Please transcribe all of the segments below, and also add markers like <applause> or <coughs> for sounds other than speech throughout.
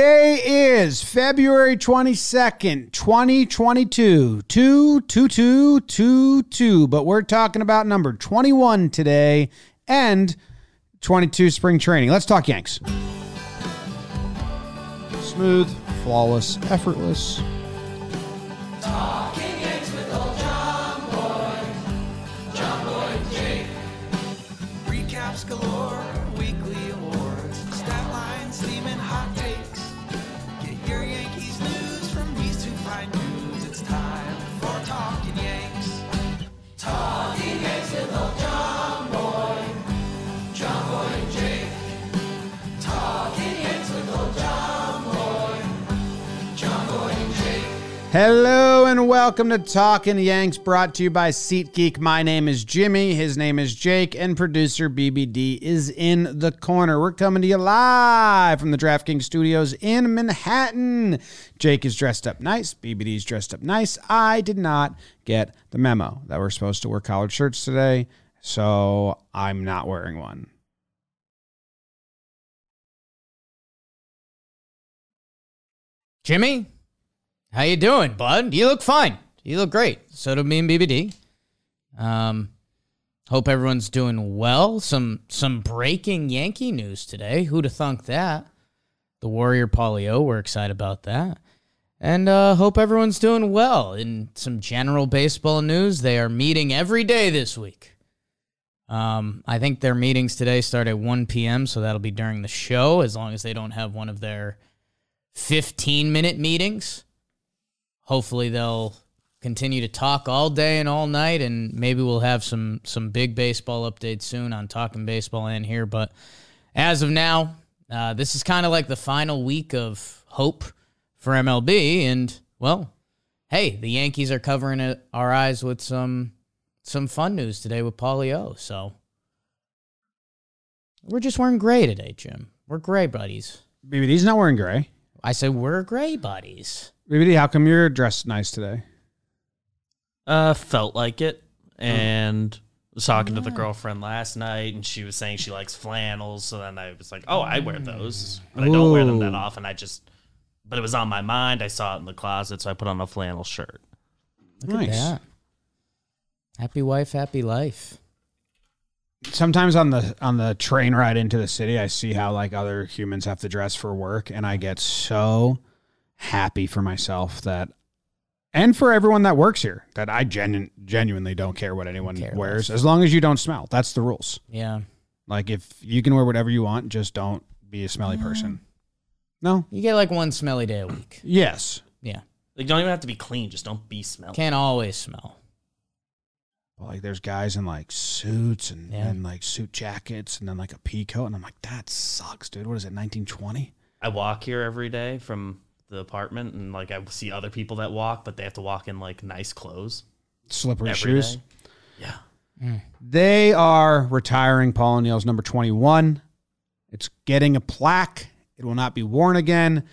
Today is February 22nd, 2022, 22222. But we're talking about number 21 today and 22 spring training. Let's talk Yanks. Smooth, flawless, effortless. Recaps galore, weekly awards, stat lines, steaming hot takes. Get your Yankees news from these two fine dudes. It's time for Talking Yanks. Talking Yanks with old John Boy, John Boy and Jake. Talking Yanks with old John Boy, John Boy and Jake. Hello and welcome to Talkin' Yanks, brought to you by SeatGeek. My name is Jimmy, his name is Jake, and producer BBD is in the corner. We're coming to you live from the DraftKings studios in Manhattan. Jake is dressed up nice, BBD is dressed up nice. I did not get the memo that we're supposed to wear collared shirts today, so I'm not wearing one. Jimmy, how you doing, bud? You look fine. You look great. So do me and BBD. Um, hope everyone's doing well. Some some breaking Yankee news today. Who'd have thunk that? The Warrior Polio. We're excited about that. And uh, hope everyone's doing well. In some general baseball news, they are meeting every day this week. Um, I think their meetings today start at 1 p.m., so that'll be during the show, as long as they don't have one of their 15 minute meetings hopefully they'll continue to talk all day and all night and maybe we'll have some some big baseball updates soon on talking baseball in here but as of now uh, this is kind of like the final week of hope for mlb and well hey the yankees are covering it, our eyes with some some fun news today with Paulie O. so we're just wearing gray today jim we're gray buddies BBD's not wearing gray. i say we're gray buddies BBD, how come you're dressed nice today? Uh, felt like it, Oh. and was talking to the girlfriend last night, and she was saying she likes flannels. So then I was like, "Oh, I wear those, but I don't wear them that Ooh. often." I just, but it was on my mind. I saw it in the closet, so I put on a flannel shirt. nice. yeah happy wife happy life sometimes on the on the train ride into the city i see how like other humans have to dress for work and i get so happy for myself that and for everyone that works here that i genu- genuinely don't care what anyone Care wears less. as long as you don't smell that's the rules yeah like if you can wear whatever you want just don't be a smelly person no You get like one smelly day a week. yes Yeah. Like, you don't even have to be clean; just don't be smelly. Can't always smell. but like there's guys in like suits and, Yeah. and like suit jackets and then like a pea coat and i'm like that sucks dude what is it 1920 I walk here every day from the apartment, and like I see other people that walk, but they have to walk in like nice clothes. slippery every shoes day. Yeah. They are retiring Paul O'Neill's number 21. It's getting a plaque. It will not be worn again.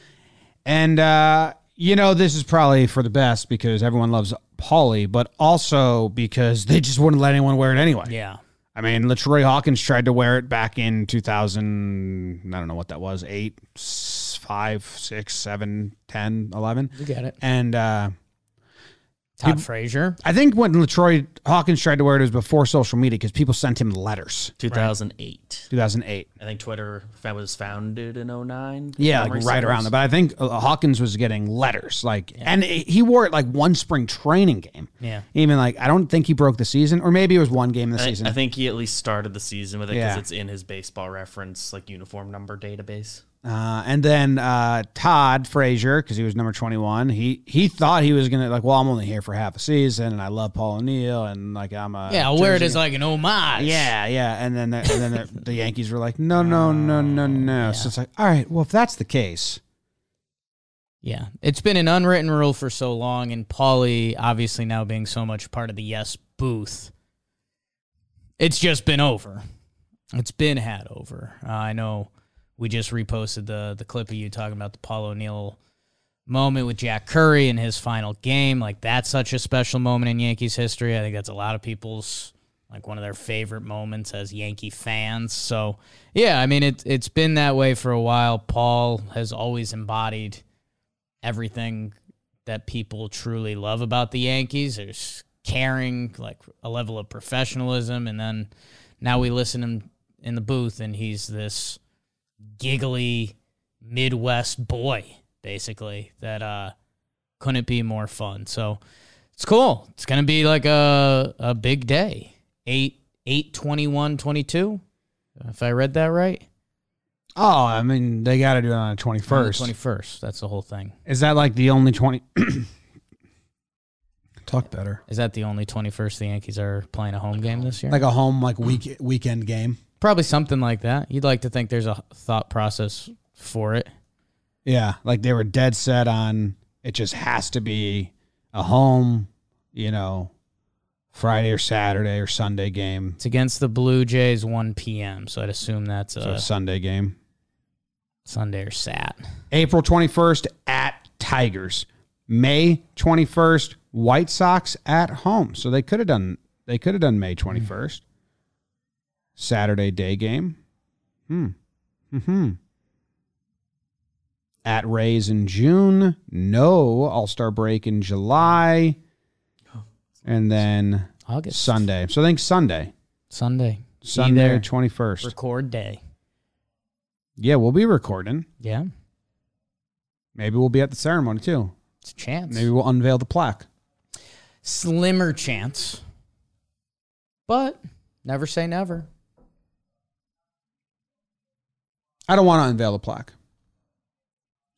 And, uh, you know, this is probably for the best because everyone loves Paulie, but also because they just wouldn't let anyone wear it anyway. Yeah. I mean, Latroy Hawkins tried to wear it back in 2000. I don't know what that was, 8, s- 5, 6, 7, 10, 11. You get it. And, uh, Todd Frazier. I think when Latroy Hawkins tried to wear it, it was before social media because people sent him letters. 2008. 2008. I think Twitter was founded in 09. Yeah, like right Memory serves. around there. But I think uh, Hawkins was getting letters, like, and it, he wore it like one spring training game. Yeah. Even like, I don't think he broke the season, or maybe it was one game this I think, season. I think he at least started the season with it because Yeah. it's in his baseball reference, like uniform number database. uh, and then uh, Todd Frazier, because he was number twenty-one, he he thought he was gonna like, well, I'm only here for half a season, and I love Paul O'Neill, and like I'm a Yeah, I'll wear it Jersey- as like an homage. Yeah, yeah, and then the, and then <laughs> the, the Yankees were like, no, Oh, no, no, no, no. So it's like, all right, well, if that's the case, Yeah. It's been an unwritten rule for so long, and Paulie obviously now being so much part of the yes booth. It's just been over. It's been had over. Uh, I know we just reposted the the clip of you talking about the Paul O'Neill moment with Jack Curry in his final game. Like that's such a special moment in Yankees history. I think that's a lot of people's like one of their favorite moments as Yankee fans. So yeah, I mean it it's been that way for a while. Paul has always embodied everything that people truly love about the Yankees. There's caring, like a level of professionalism, and then now we listen him in the booth, and he's this giggly Midwest boy, basically that uh, couldn't be more fun. So it's cool. It's gonna be like a a big day. Eight eight twenty one twenty two. If I read that right, Oh, I mean, they got to do it on the 21st. twenty first. That's the whole thing. Is that like the only 20? <coughs> Talk better. Is that the only 21st the Yankees are playing a home game this year? Like a home, like week weekend game. Probably something like that. You'd like to think there's a thought process for it. Yeah, like they were dead set on it. Just has to be a home, you know, Friday or Saturday or Sunday game. It's against the Blue Jays 1 p.m., so I'd assume that's So a Sunday game. Sunday or Sat. April 21st at Tigers. May 21st, White Sox at home. So they could have done they could have done May 21st. Saturday day game. Hmm. Hmm. At Rays in June. No All-Star break in July. And then August. Sunday. So I think Sunday. Sunday. Sunday Either 21st. Record day. Yeah, we'll be recording. Yeah. Maybe we'll be at the ceremony too. It's a chance. Maybe we'll unveil the plaque. Slimmer chance. But never say never. I don't want to unveil the plaque.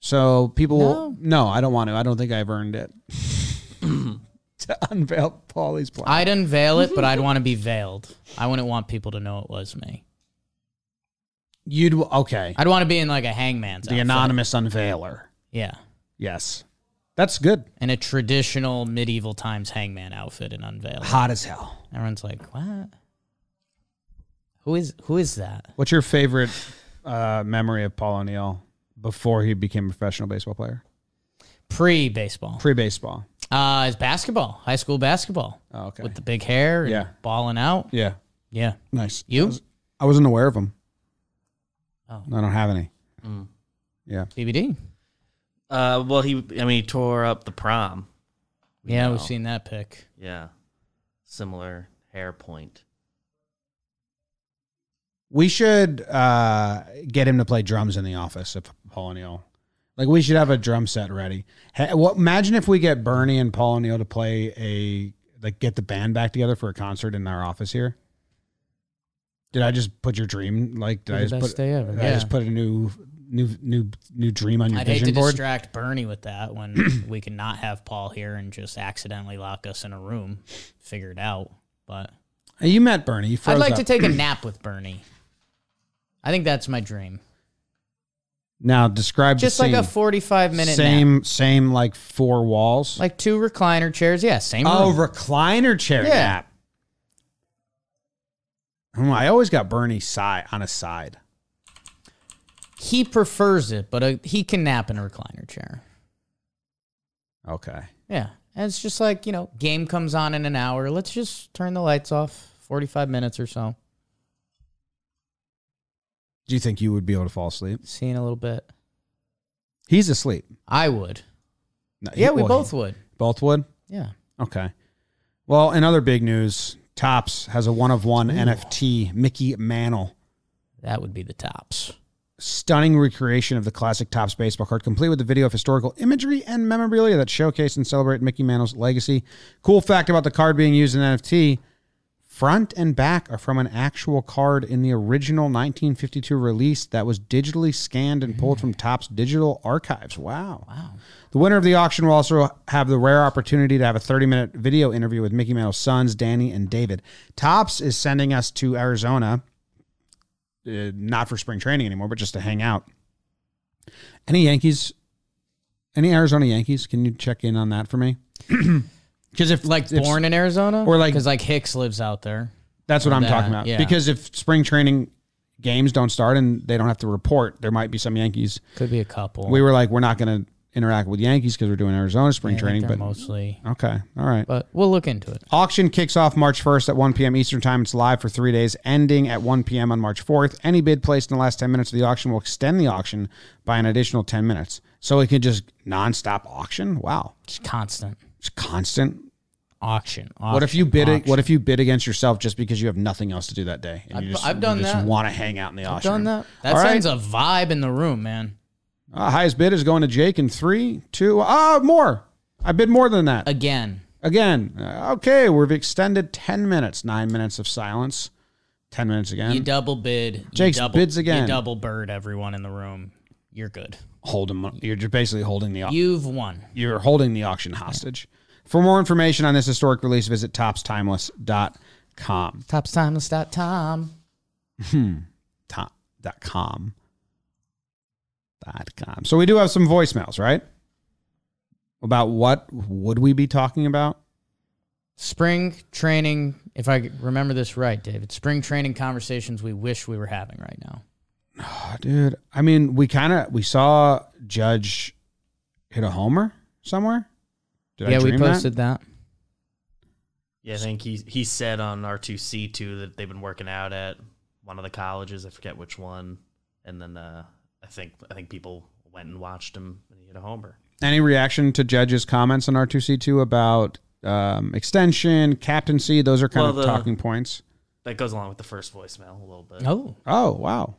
So people will No. no, I don't want to. I don't think I've earned it <laughs> to unveil Paulie's plaque. I'd unveil it, <laughs> but I'd want to be veiled. I wouldn't want people to know it was me. You'd okay. I'd want to be in like a hangman's The outfit. anonymous unveiler. Yeah. Yes, that's good. In a traditional medieval times hangman outfit and unveil. it. Hot as hell. Everyone's like, "What? Who is who is that?" What's your favorite uh, memory of Paul O'Neill before he became a professional baseball player? Pre baseball. Pre baseball. Uh, it's basketball, high school basketball, Oh, okay. with the big hair and Yeah. balling out. yeah. Yeah. Nice. I, You? was, I wasn't aware of him. Oh. I don't have any. Yeah. BBD. Uh, well, he, I mean, he tore up the prom. Yeah, know. we've seen that pick. Yeah. Similar hair point. We should uh, get him to play drums in the office if Paul O'Neill. Like we should have a drum set ready. Ha- what, imagine if we get Bernie and Paul O'Neill to play a like get the band back together for a concert in our office here. Did I just put your dream like did I Be just the best put day ever. did I Yeah. just put a new new new new dream on your I'd hate vision to board? distract Bernie with that <clears throat> when we can not have Paul here and just accidentally lock us in a room, figure it out. But Hey, you met Bernie. You froze I'd like up. to take a nap with Bernie. I think that's my dream. now describe Just the like a scene. 45 minute nap. same same like four walls. Like two recliner chairs. Yeah, same room. Oh, recliner chair Yeah. nap. Hmm, I always got Bernie side on a side. he prefers it, but uh he can nap in a recliner chair. Okay. Yeah. And it's just like, you know, game comes on in an hour. Let's just turn the lights off 45 minutes or so. Do you think you would be able to fall asleep? Seeing a little bit. He's asleep. I would. No, he- Yeah, we well, both he- would. both would. Yeah. Okay. Well, in other big news, Tops has a one of one NFT Mickey Mantle. That would be the tops. stunning recreation of the classic Topps baseball card, complete with a video of historical imagery and memorabilia that showcase and celebrate Mickey Mantle's legacy. Cool fact about the card being used in NFT front and back are from an actual card in the original 1952 release that was digitally scanned and pulled from Topps digital archives. Wow. Wow. The winner of the auction will also have the rare opportunity to have a 30 minute video interview with Mickey Mantle's sons, Danny and David. Topps is sending us to Arizona uh, not for spring training anymore, but just to hang out. Any Yankees, any Arizona Yankees? Can you check in on that for me? Because if Like if- born in Arizona? or like- Because like Hicks lives out there. that's what I'm that, talking about. yeah. Because if spring training games don't start and they don't have to report, there might be some Yankees. Could be a couple. We were like, we're not going to interact with Yankees because we're doing Arizona spring training. But mostly. okay, all right. But we'll look into it. Auction kicks off March 1st at 1 p.m. Eastern Time. It's live for three days, ending at 1 p.m. on March 4th. Any bid placed in the last 10 minutes of the auction will extend the auction by an additional 10 minutes. So it can just nonstop auction. Wow, It's constant it's constant. auction. what if auction, you bid? it? auction. What if you bid against yourself just because you have nothing else to do that day? And I've- you just, I've done you that. Just want to hang out in the auction. done that? That All right. sends a vibe in the room, man. Uh, highest bid is going to Jake in three, two, ah, more. I bid more than that. Again, Again, uh, okay, we've extended 10 minutes, nine minutes of silence, 10 minutes again. you double bid. Jake's you double, bids again. You double bird everyone in the room. You're good. hold them. You're just basically holding the au- You've won. you're holding the auction hostage. For more information on this historic release, visit topstimeless.com. Topstimeless.com. Hmm. <laughs> Top, dot com. Dot com. So we do have some voicemails, right? About what would we be talking about? Spring training, if I remember this right, David, spring training conversations we wish we were having right now. Oh, dude, I mean, we kind of we saw Judge hit a homer somewhere. Did I yeah, we dream that? posted that. Yeah, I think he he said on R two C two that they've been working out at one of the colleges. I forget which one. And then uh, I think I think people went and watched him and he hit a homer. Any reaction to Judge's comments on R2C2 about um, extension, captaincy? Those are kind Well, of the- talking points. That goes along with the first voicemail a little bit. Oh, Oh, wow.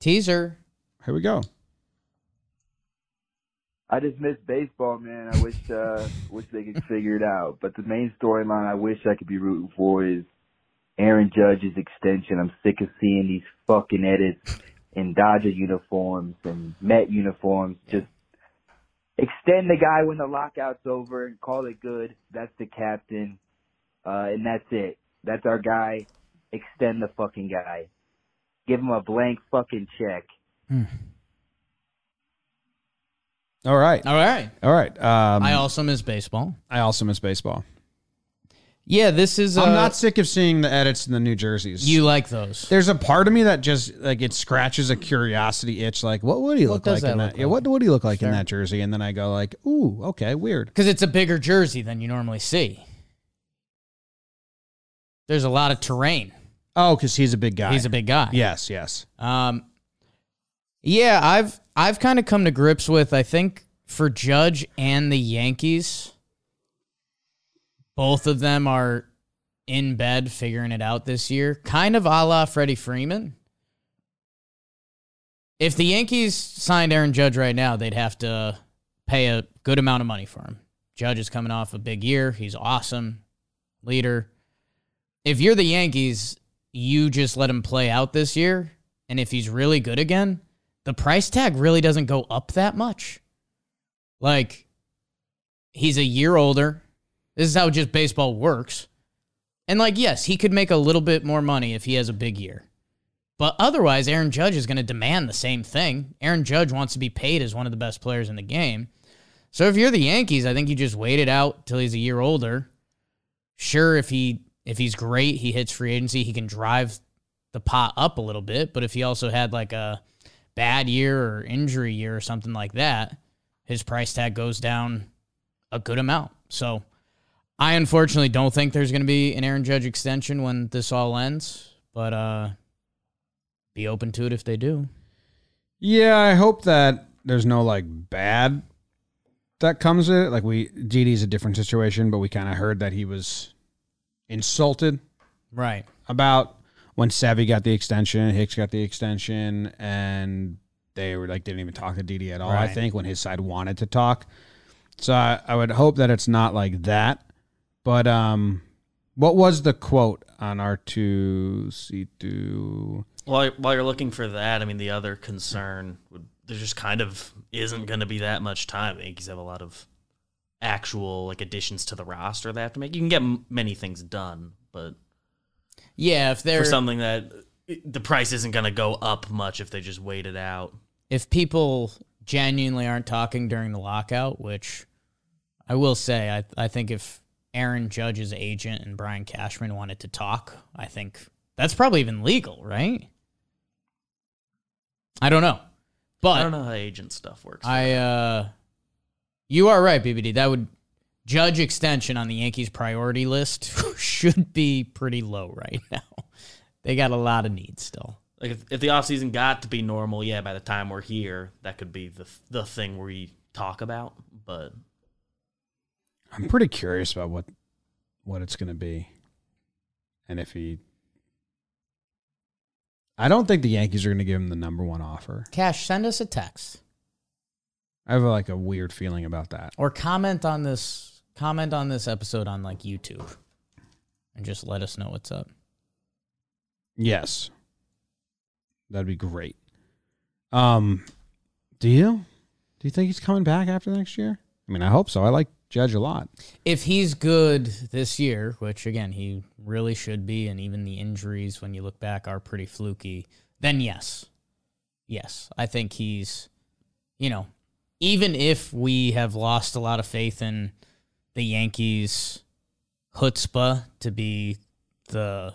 teaser. Here we go. I just miss baseball, man. I wish uh wish they could figure it out. But the main storyline I wish I could be rooting for is Aaron Judge's extension. I'm sick of seeing these fucking edits in Dodger uniforms and Met uniforms. Just extend the guy when the lockout's over and call it good. That's the captain. Uh and that's it. That's our guy. Extend the fucking guy. Give him a blank fucking check. All right. All right. All right. Um, I I, also miss baseball. also miss baseball. Yeah, this is. Uh, I'm not sick of seeing the edits in the New Jerseys. You like those? There's a part of me that just like it scratches a curiosity itch. Like, what would he What look does like that in that? look Yeah, like? what would he look like in Sure. that jersey? And then I go like, ooh, okay, weird. Because it's a bigger jersey than you normally see. There's a lot of terrain. Oh, because he's a big guy. He's a big guy. yes, yes. Um, yeah, I've I've kind of come to grips with I think for Judge and the Yankees, both of them are in bed figuring it out this year, kind of a la Freddie Freeman. If the Yankees signed Aaron Judge right now, they'd have to pay a good amount of money for him. Judge is coming off a big year. He's awesome, leader. If you're the Yankees, you just let him play out this year, and if he's really good again, the price tag really doesn't go up that much. Like, he's a year older. This is how just baseball works. And, like, yes, he could make a little bit more money if he has a big year. But otherwise, Aaron Judge is going to demand the same thing. Aaron Judge wants to be paid as one of the best players in the game. So if you're the Yankees, I think you just wait it out till he's a year older. Sure, if he if he's great, he hits free agency, he can drive the pot up a little bit. But if he also had like a bad year or injury year or something like that, his price tag goes down a good amount. So I unfortunately don't think there's going to be an Aaron Judge extension when this all ends, but uh, be open to it if they do. Yeah, I hope that there's no like bad that comes with it. Like we DD's a different situation, but we kind of heard that he was insulted Right. about when Savvy got the extension, Hicks got the extension, and they were like didn't even talk to DD at all. I Right. think when his side wanted to talk, so I, I would hope that it's not like that. But um, what was the quote on our two C two? While while you're looking for that, I mean the other concern would there just kind of isn't going to be that much time. The Yankees have a lot of actual like additions to the roster they have to make. You can get m- many things done, but Yeah, if they're for something that the price isn't going to go up much if they just wait it out. if people genuinely aren't talking during the lockout, which I will say, I, I think if Aaron Judge's agent and Brian Cashman wanted to talk, I think that's probably even legal, right? I don't know. But I don't know how agent stuff works. I uh You are right, BBD. That would judge extension on the Yankees priority list <laughs> should be pretty low right <laughs> now. They got a lot of needs still. Like if, if the offseason got to be normal, yeah, by the time we're here, that could be the the thing we talk about. But I'm pretty curious about what what it's going to be, and if he. I don't think the Yankees are going to give him the number one offer. Cash, send us a text I have like a weird feeling about that. or comment on this comment on this episode on like YouTube and just let us know what's up. Yes, that'd be great. Um, do you do you think he's coming back after next year? I mean, I hope so. I like Judge a lot. If he's good this year, which again he really should be and even the injuries when you look back are pretty fluky, then yes. Yes, I think he's you know, even if we have lost a lot of faith in the Yankees chutzpah to be the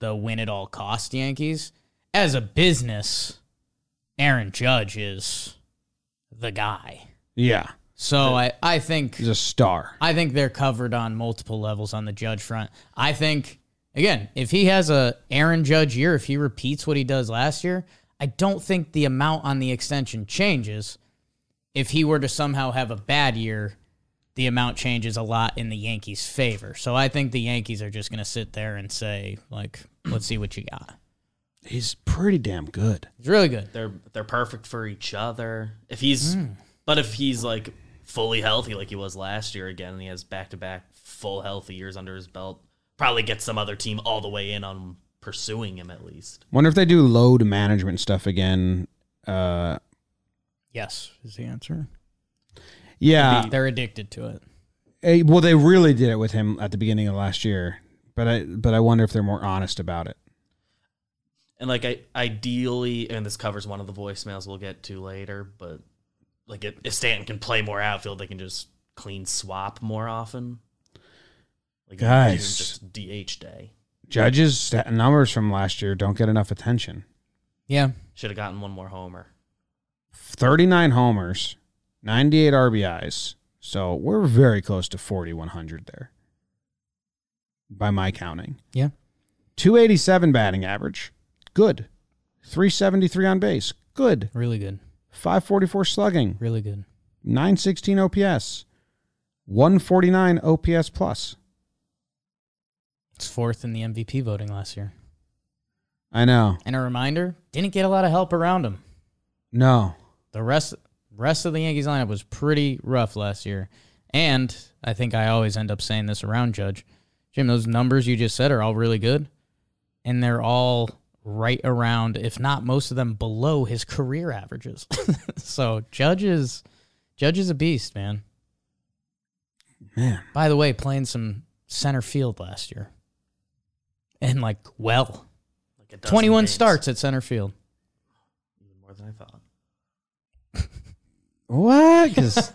the win at all cost Yankees, as a business, Aaron Judge is the guy. Yeah, So I, I think he's a star. I think they're covered on multiple levels on the Judge front. I think again, if he has a Aaron Judge year, if he repeats what he does last year, I don't think the amount on the extension changes. If he were to somehow have a bad year, the amount changes a lot in the Yankees' favor. So I think the Yankees are just going to sit there and say, like, <clears throat> let's see what you got. He's pretty damn good. It's really good. they're they're perfect for each other. If he's but if he's like fully healthy like he was last year again and he has back to back full healthy years under his belt, probably get some other team all the way in on pursuing him at least. Wonder if they do load management stuff again. Uh, Yes, is the answer. yeah, They're addicted to it. Eh, well, they really did it with him at the beginning of last year. But I but I wonder if they're more honest about it. And like I ideally and this covers one of the voicemails we'll get to later, but like if, if Stanton can play more outfield, they can just clean swap more often. Like even Guys. just DH day. Judges stat numbers from last year don't get enough attention. Yeah. Should have gotten one more homer. 39 homers, 98 RBIs. So we're very close to 4100 there. By my counting. Yeah. 287 batting average. Good. 373 on base. Good. Really good. 544 slugging. Really good. 916 OPS. 149 OPS plus. It's fourth in the MVP voting last year. I know. And a reminder, didn't get a lot of help around him. No. The rest rest of the Yankees lineup was pretty rough last year. And I think I always end up saying this around Judge. Jim, those numbers you just said are all really good. And they're all right around, if not most of them below his career averages. <laughs> so Judge is Judge is a beast, man. Man. By the way, playing some center field last year. And like well. Like a dozen Twenty one games. starts at center field. more than I thought. What? 'Cause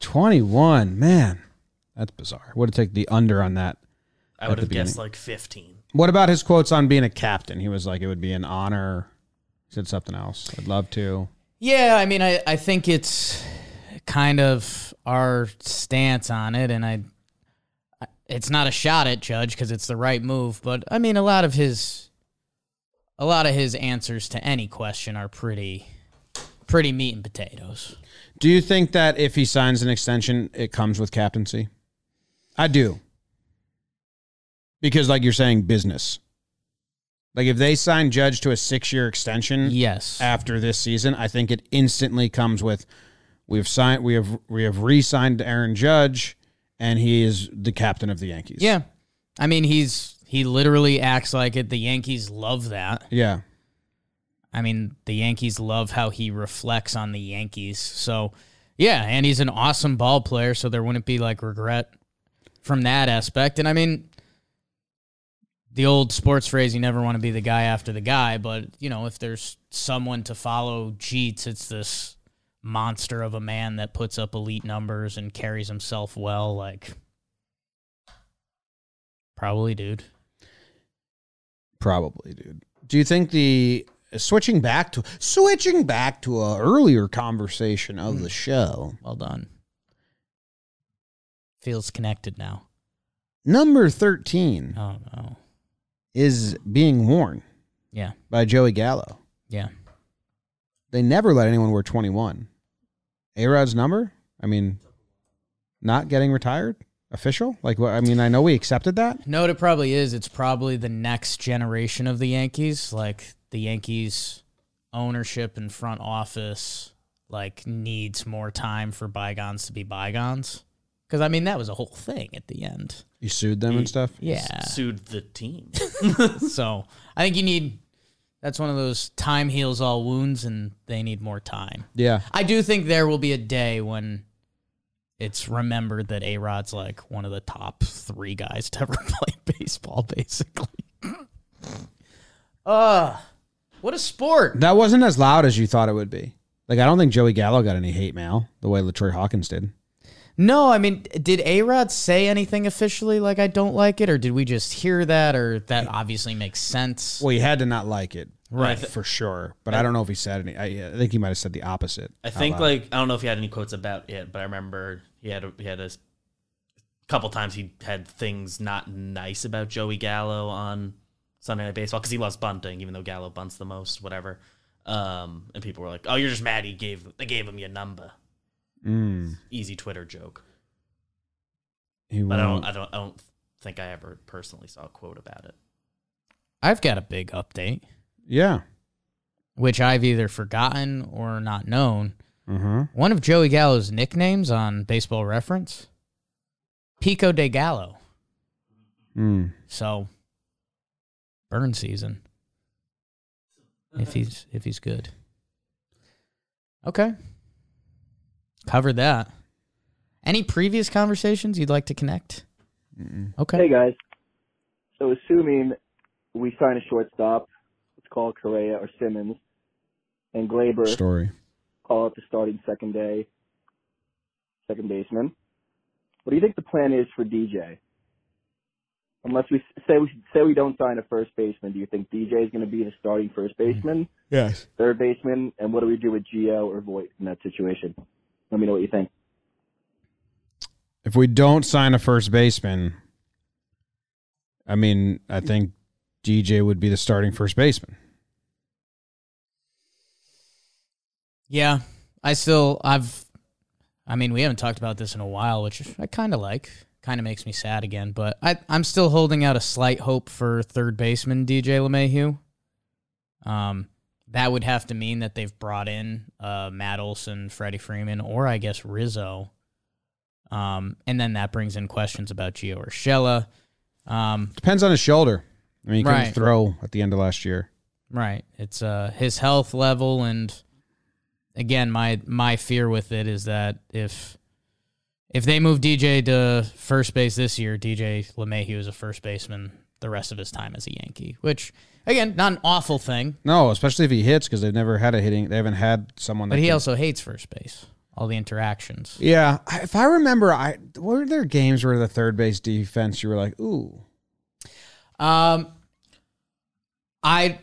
21, man. That's bizarre. Would have taken the under on that. I At would the have guessed beginning. like 15. What about his quotes on being a captain? He was like, it would be an honor. He said something else. I'd love to. Yeah, I mean, I, I think it's kind of our stance on it, and I, it's not a shot at Judge because it's the right move, but I mean, a lot of his, a lot of his answers to any question are pretty, pretty meat and potatoes. Do you think that if he signs an extension, it comes with captaincy? I do. Because, like you're saying, business. Like, if they sign Judge to a six year extension, Yes, after this season, I think it instantly comes with we've signed we have we have re-signed Aaron Judge and he is the captain of the Yankees. yeah, I mean, he's he literally acts like it. The Yankees love that. Yeah. I mean, the Yankees love how he reflects on the Yankees. So, yeah, and he's an awesome ball player, so there wouldn't be like regret from that aspect. And I mean, the old sports phrase, you never want to be the guy after the guy, but you know, if there's someone to follow Jeets, it's this monster of a man that puts up elite numbers and carries himself well like probably dude. Probably, dude. Do you think the uh, switching back to switching back to a earlier conversation of the show. Well done. Feels connected now. Number 13 Oh no. is being worn Yeah. by Joey Gallo. Yeah. They never let anyone wear 21. A-Rod's number? I mean, not getting retired? Official? Like what I mean, I know we accepted that. No, it probably is. It's probably the next generation of the Yankees. Like the Yankees ownership and front office like needs more time for bygones to be bygones. Because I mean that was a whole thing at the end. You sued them and stuff? Yeah. Sued <laughs> the team. Oh, so I think you need that's one of those time heals all wounds and they need more time. Yeah. I do think there will be a day when it's remembered that A Rod's like one of the top three guys to <laughs> ever play baseball, <laughs> basically. uh what a sport. That wasn't as loud as you thought it would be. Like I don't think Joey Gallo got any hate mail the way Latroy Hawkins did. No, I mean, did A Rod say anything officially like I don't like it, or did we just hear that, or that obviously makes sense? Well, he had to not like it, Right. for sure. But I don't know if he said any. I, I think he might have said the opposite. I out think loud. like I don't know if he had any quotes about it, but I remember he had a, he had a s- couple times he had things not nice about Joey Gallo on Sunday Night Baseball because he loves bunting, even though Gallo bunts the most, whatever. Um, and people were like, "Oh, you're just mad he gave they gave him your number." Mm, Easy Twitter joke, he but I don't won't. I don't I don't think I ever personally saw a quote about it. I've got a big update, yeah. which I've either forgotten or not known. Uh huh. One of Joey Gallo's nicknames on Baseball Reference, Pico de Gallo. Mm. So, burn season. If he's if he's good. Okay. Covered that. Any previous conversations you'd like to connect? Hey Okay. guys. So assuming we sign a shortstop, let's call Correa or Simmons, and Glaber Story. call up the starting second day, second baseman. What do you think the plan is for DJ? Unless we say we say we don't sign a first baseman, do you think DJ is going to be the starting first baseman, Yes. third baseman, and what do we do with Gio or Voight in that situation? Let me know what you think. If we don't sign a first baseman, I mean, I think DJ would be the starting first baseman. Yeah. I still I've I mean, we haven't talked about this in a while, which I kind of like. Kind of makes me sad again, but I I'm still holding out a slight hope for third baseman DJ LeMahieu. Um, that would have to mean that they've brought in uh, Matt Olson, Freddie Freeman, or I guess Rizzo. Um, and then that brings in questions about Gio Urshela. Um, Depends on his shoulder. I mean, he couldn't Right. throw at the end of last year. Right. It's uh his health level and again my my fear with it is that if if they move DJ to first base this year, DJ LeMahieu is a first baseman the rest of his time as a Yankee, which again, not an awful thing, No, especially if he hits because they've never had a hitting. They haven't had someone. but that he can- also hates first base, all the interactions. Yeah, I- if I remember, I were there games where the third base defense you were like, ooh, Um, I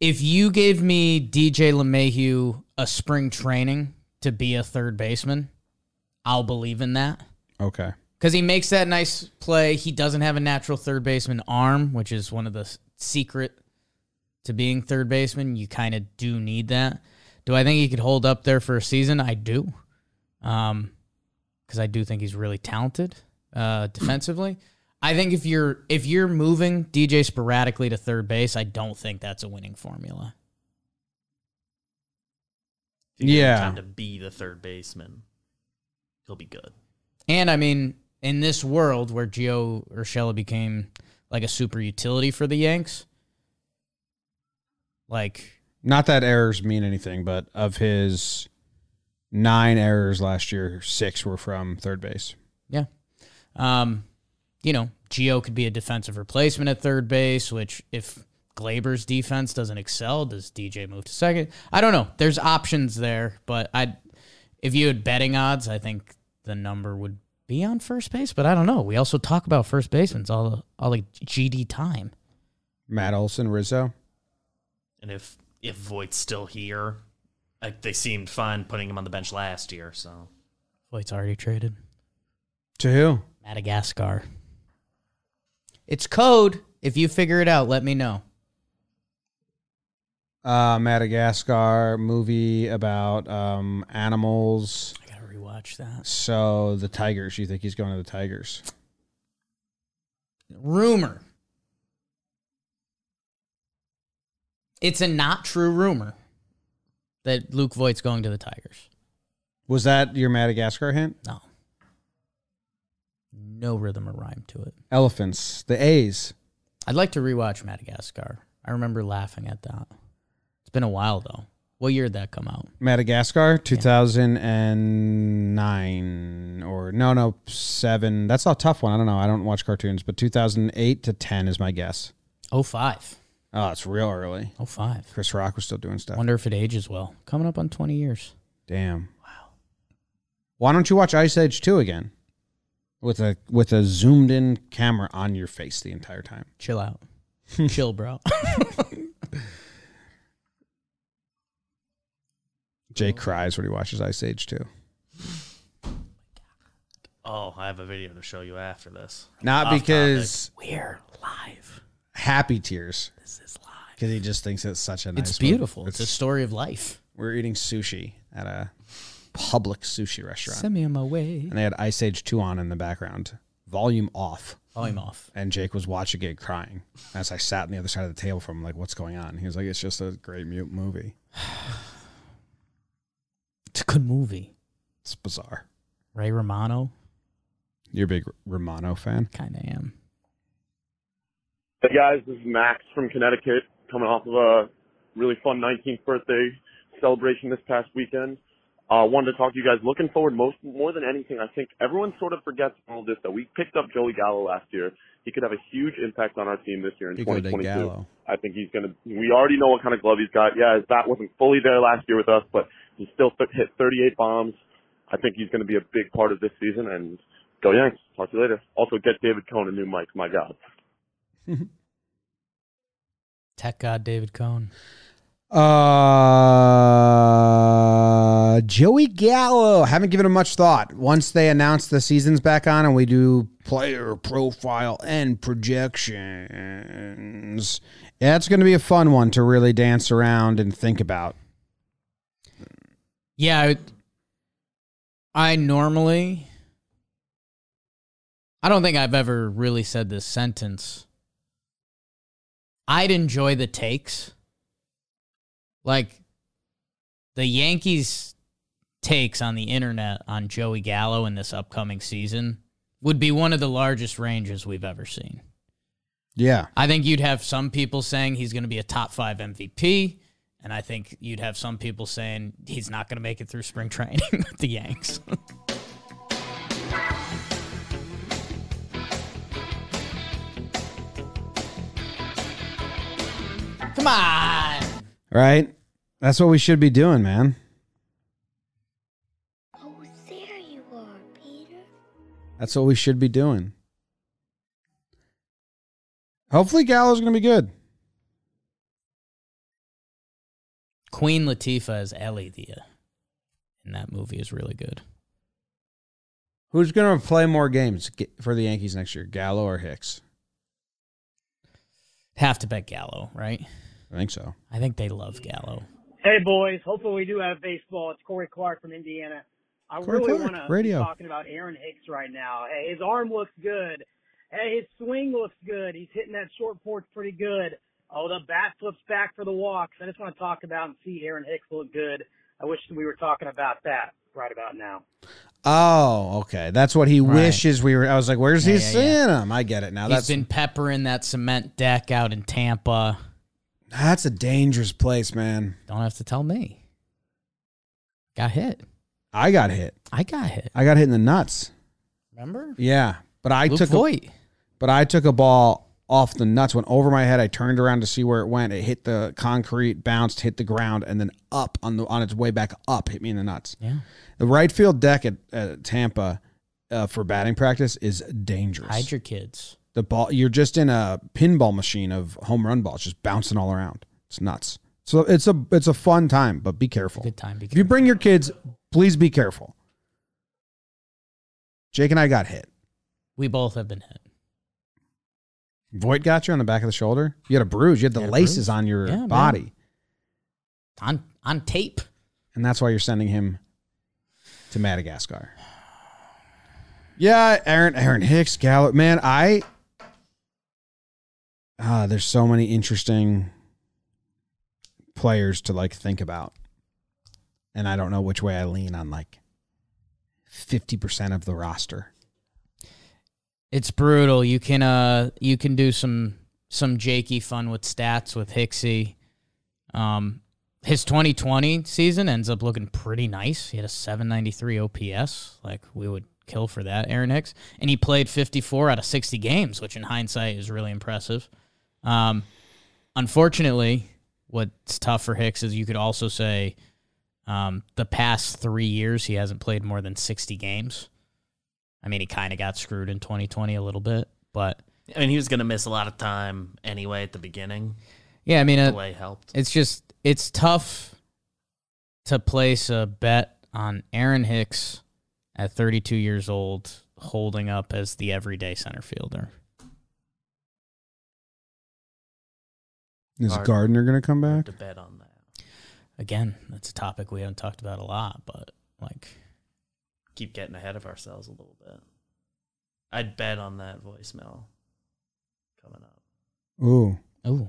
if you gave me DJ LeMahieu a spring training to be a third baseman, I'll believe in that okay, because he makes that nice play. He doesn't have a natural third baseman arm, which is one of the s- secret to being third baseman. You kind of do need that. Do I think he could hold up there for a season? I do, um, because I do think he's really talented uh, defensively. I think if you're if you're moving DJ sporadically to third base, I don't think that's a winning formula. If you give him Yeah. time to be the third baseman, he'll be good. And I mean, in this world where Gio Urshela became like a super utility for the Yanks, like not that errors mean anything, but of his nine errors last year, six were from third base. yeah, um, you know, Gio could be a defensive replacement at third base. Which, if Glaber's defense doesn't excel, does DJ move to second? I don't know. There's options there, but I, if you had betting odds, I think the number would be on first base. But I don't know. We also talk about first basemans all all the GD time. Matt Olson, Rizzo, And if if Voight's still here, like they seemed fine putting him on the bench last year. So Voight's already traded. To who? Madagascar. It's code. If you figure it out, let me know. Uh, Madagascar movie about um, animals. I gotta rewatch that. So the tigers. You think he's going to the tigers? Rumor. It's a not true rumor that Luke Voigt's going to the Tigers. Was that your Madagascar hint? No. No rhythm or rhyme to it. Elephants. The A's. I'd like to rewatch Madagascar. I remember laughing at that. It's been a while though. What year did that come out? Madagascar, two thousand and nine or no no seven. That's a tough one. I don't know. I don't watch cartoons, but two thousand eight to ten is my guess. 05. Oh, it's real early. 05. Chris Rock was still doing stuff. Wonder if it ages well. Coming up on 20 years. Damn. Wow. Why don't you watch Ice Age two again, with a with a zoomed in camera on your face the entire time? Chill out. <laughs> Chill, bro. Jay cries when he watches Ice Age two. oh, I have a video to show you after this. Not Off because We're live. happy tears, This is live. because he just thinks it's such a nice. It's one. beautiful. It's, It's- a story of life. we're eating sushi at a public sushi restaurant. Send me on my way. and they had Ice Age 2 on in the background, volume off. Volume off. And Jake was watching it crying as I sat on the other side of the table from like, what's going on? He was like, it's just a great mute movie. It's a good movie. It's bizarre. Ray Romano. You're a big Romano fan. Kind of am. Hey guys, this is Max from Connecticut, coming off of a really fun 19th birthday celebration this past weekend. Uh, wanted to talk to you guys. Looking forward most more than anything. I think everyone sort of forgets all this that we picked up Joey Gallo last year. He could have a huge impact on our team this year in Speaking of Dick 2022. Gallo. I think he's gonna. We already know what kind of glove he's got. Yeah, his bat wasn't fully there last year with us, but he still th- hit 38 bombs. I think he's gonna be a big part of this season. And go Yanks. Talk to you later. Also, get David Cohn a new mic. My God. Tech God David Cohn. Uh, Joey Gallo. Haven't given him much thought. Once they announce the season's back on and we do player profile and projections, yeah, it's going to be a fun one to really dance around and think about. Yeah, I, would- I normally. I don't think I've ever really said this sentence. I'd enjoy the takes. Like the Yankees takes on the internet on Joey Gallo in this upcoming season would be one of the largest ranges we've ever seen. Yeah. I think you'd have some people saying he's going to be a top five MVP, and I think you'd have some people saying he's not going to make it through spring <laughs> training with the Yanks. <laughs> Come on. Right? That's what we should be doing, man. Oh, there you are, Peter. That's what we should be doing. Hopefully Gallo's going to be good. Queen Latifah as Ellie the, in that movie is really good. Who's going to play more games g- for the Yankees next year, Gallo or Hicks? Have to bet Gallo, right? I think so. I think they love Gallo. Hey boys, hopefully we do have baseball. It's Corey Clark from Indiana. I Corey really Clark, want to radio. be talking about Aaron Hicks right now. Hey, his arm looks good. Hey, his swing looks good. He's hitting that short porch pretty good. Oh, the bat flips back for the walks. I just want to talk about and see Aaron Hicks look good. I wish we were talking about that right about now. Oh, okay. That's what he Right. wishes we were. I was like, where's Yeah, he yeah, seeing him? I get it now. He's That's been peppering that cement deck out in Tampa. that's a dangerous place, man. Don't have to tell me. Got hit. I got hit. I got hit. I got hit in the nuts. Remember? Yeah, but I Luke took a, Voigt. but I took a ball off the nuts, went over my head. I turned around to see where it went. It hit the concrete, bounced, hit the ground, and then up on the on its way back up, hit me in the nuts. Yeah. The right field deck at, at Tampa uh, for batting practice is dangerous. Hide your kids. the ball, you're just in a pinball machine of home run balls, just bouncing all around. It's nuts. So it's a it's a fun time, but be careful. Good time. Be If you bring your kids, please be careful. Jake and I got hit. we both have been hit. Voight got you on the back of the shoulder. You had a bruise. You had the Had a laces bruise. on your Yeah, man. body, On on tape. and that's why you're sending him to Madagascar. <sighs> Yeah, Aaron Aaron Hicks Gallup. Man, I ah, there's so many interesting players to like think about, and I don't know which way I lean on like fifty percent of the roster. It's brutal. You can uh you can do some some jakey fun with stats with Hixie. Um his 2020 season ends up looking pretty nice. He had a 793 OPS. Like we would kill for that, Aaron Hicks. And he played 54 out of 60 games, which in hindsight is really impressive. Um unfortunately, what's tough for Hicks is you could also say um the past 3 years he hasn't played more than 60 games. I mean, he kind of got screwed in 2020 a little bit, but I mean, he was going to miss a lot of time anyway at the beginning. yeah, I mean, uh, Delay helped. it's just it's tough to place a bet on Aaron Hicks at 32 years old holding up as the everyday center fielder. Is Gard- Gardner going to come back? To bet on that. Again, that's a topic we haven't talked about a lot, but like Keep getting ahead of ourselves a little bit. I'd bet on that voicemail coming up. Ooh, oh,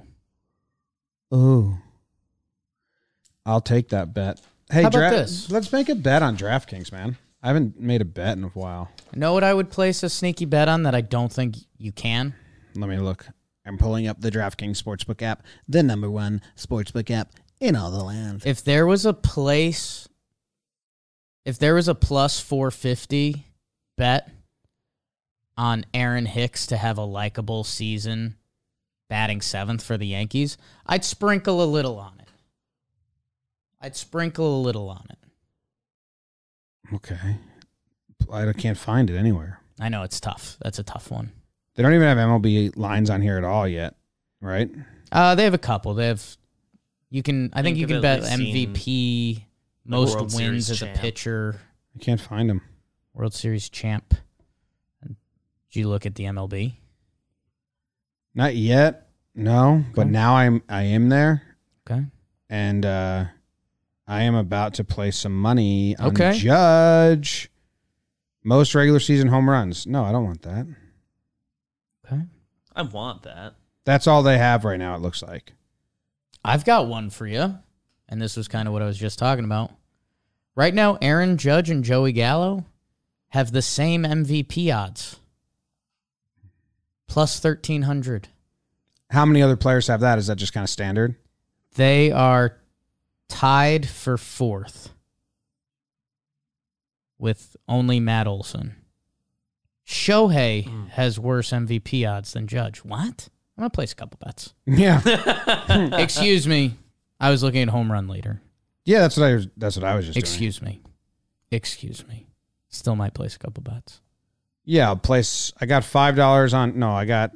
ooh. I'll take that bet. Hey, How about dra- this? let's make a bet on DraftKings, man. I haven't made a bet in a while. know what I would place a sneaky bet on that I don't think you can. Let me look. I'm pulling up the DraftKings Sportsbook app, the number one sportsbook app in all the land. If there was a place, if there was a plus 450 bet on Aaron Hicks to have a likable season batting seventh for the Yankees, I'd sprinkle a little on it. I'd sprinkle a little on it. Okay. I don't- can't find it anywhere. I know it's tough. That's a tough one. They don't even have MLB lines on here at all yet, right? Uh, they have a couple. They have, you can, I think, Think you of can at bet least seeing MVP, most World wins Series as champ. a pitcher, I can't find them. World Series champ. Did you look at the MLB? Not yet. No, but Okay. now I'm I am there. Okay. and uh, I am about to play some money on Okay. Judge. Most regular season home runs. No, I don't want that. Okay. I want that. That's all they have right now. It looks like. I've got one for you. And this was kind of what I was just talking about. Right now, Aaron Judge and Joey Gallo have the same MVP odds plus 1,300. How many other players have that? Is that just kind of standard? <laughs> They are tied for fourth with only Matt Olson. Shohei has worse MVP odds than Judge. What? I'm going to place a couple bets. <laughs> Yeah, Excuse me. I was looking at home run leader. yeah. That's what I. was- That's what I was just. Doing. Excuse me. Excuse me. Still might place a couple bets. Yeah, I'll place. I got five dollars on. No, I got.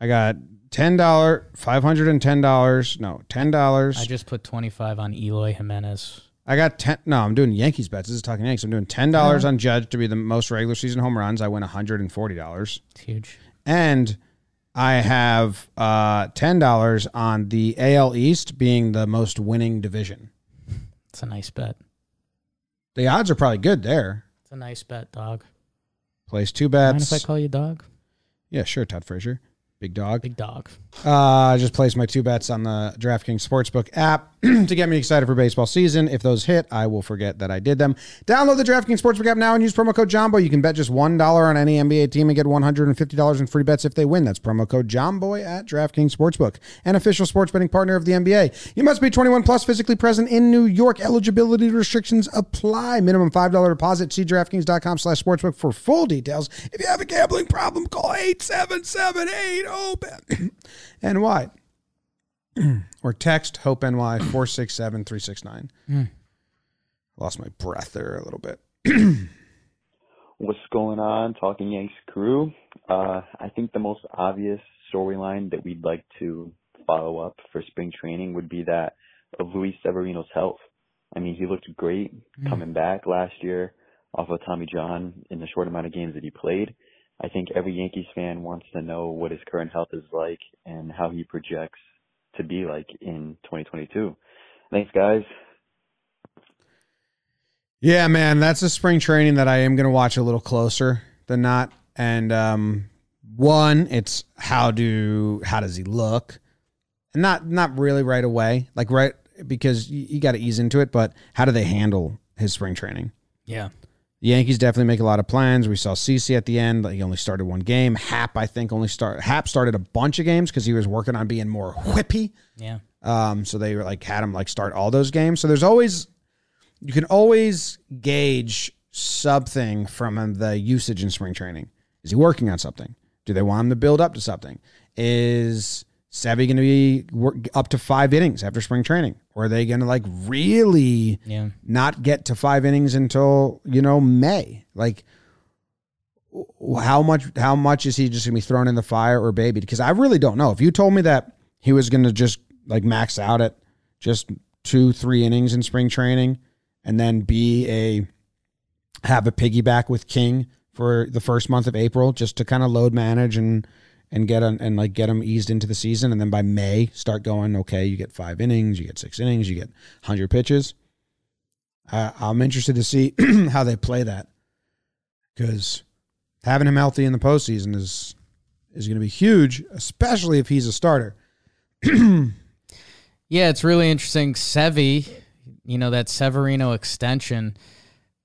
I got ten dollar, five hundred and ten dollars. No, ten dollars. I just put 25 on Eloy Jimenez. I got ten. No, I'm doing Yankees bets. This is talking Yankees. I'm doing ten dollars Uh-huh. on Judge to be the most regular season home runs. I win hundred and forty dollars. It's huge. and I have uh, ten dollars on the AL East being the most winning division. It's a nice bet. The odds are probably good there. It's a nice bet, dog. Place two Mind bets. if I call you dog? yeah, sure, Todd Frazier, big dog. Big dog. Uh, I just placed my two bets on the DraftKings Sportsbook app <clears throat> to get me excited for baseball season. If those hit, I will forget that I did them. Download the DraftKings Sportsbook app now and use promo code JOMBO. You can bet just $1 on any NBA team and get $150 in free bets if they win. That's promo code JOMBOY at DraftKings Sportsbook, an official sports betting partner of the NBA. You must be 21 plus physically present in New York. Eligibility restrictions apply. Minimum $5 deposit. See DraftKings.com slash sportsbook for full details. If you have a gambling problem, call 877-8-HOPE. And why? <clears throat> or text hope ny 467 369 lost my breath there a little bit What's going on, Talking Yanks crew? Uh, I think the most obvious storyline that we'd like to follow up for spring training would be that of Luis Severino's health. I mean, he looked great Mm. coming back last year off of Tommy John in the short amount of games that he played. I think every Yankees fan wants to know what his current health is like and how he projects to be like in 2022. Thanks, guys. Yeah, man, that's a spring training that I am going to watch a little closer than not. And um, one, it's how do how does he look, and not not really right away, like right because you, you got to ease into it. But how do they handle his spring training? Yeah. The Yankees definitely make a lot of plans. We saw CC at the end; like, he only started one game. Hap, I think, only start Hap started a bunch of games because he was working on being more whippy. Yeah. Um, so they were like had him like start all those games. So there's always you can always gauge something from the usage in spring training. Is he working on something? Do they want him to build up to something? Is Savvy going to be wor- up to five innings after spring training? Or are they going to like really Yeah. not get to five innings until you know May. Like, w- how much? How much is he just gonna be thrown in the fire or baby? Because I really don't know. If you told me that he was gonna just like max out at just two, three innings in spring training, and then be a have a piggyback with King for the first month of April, just to kind of load manage and and get on and like get him eased into the season, and then by May start going. Okay, you get five innings, you get six innings, you get hundred pitches. I, I'm interested to see <clears throat> how they play that because having him healthy in the postseason is is going to be huge, especially if he's a starter. Yeah, it's really interesting. Sevi, you know, that Severino extension,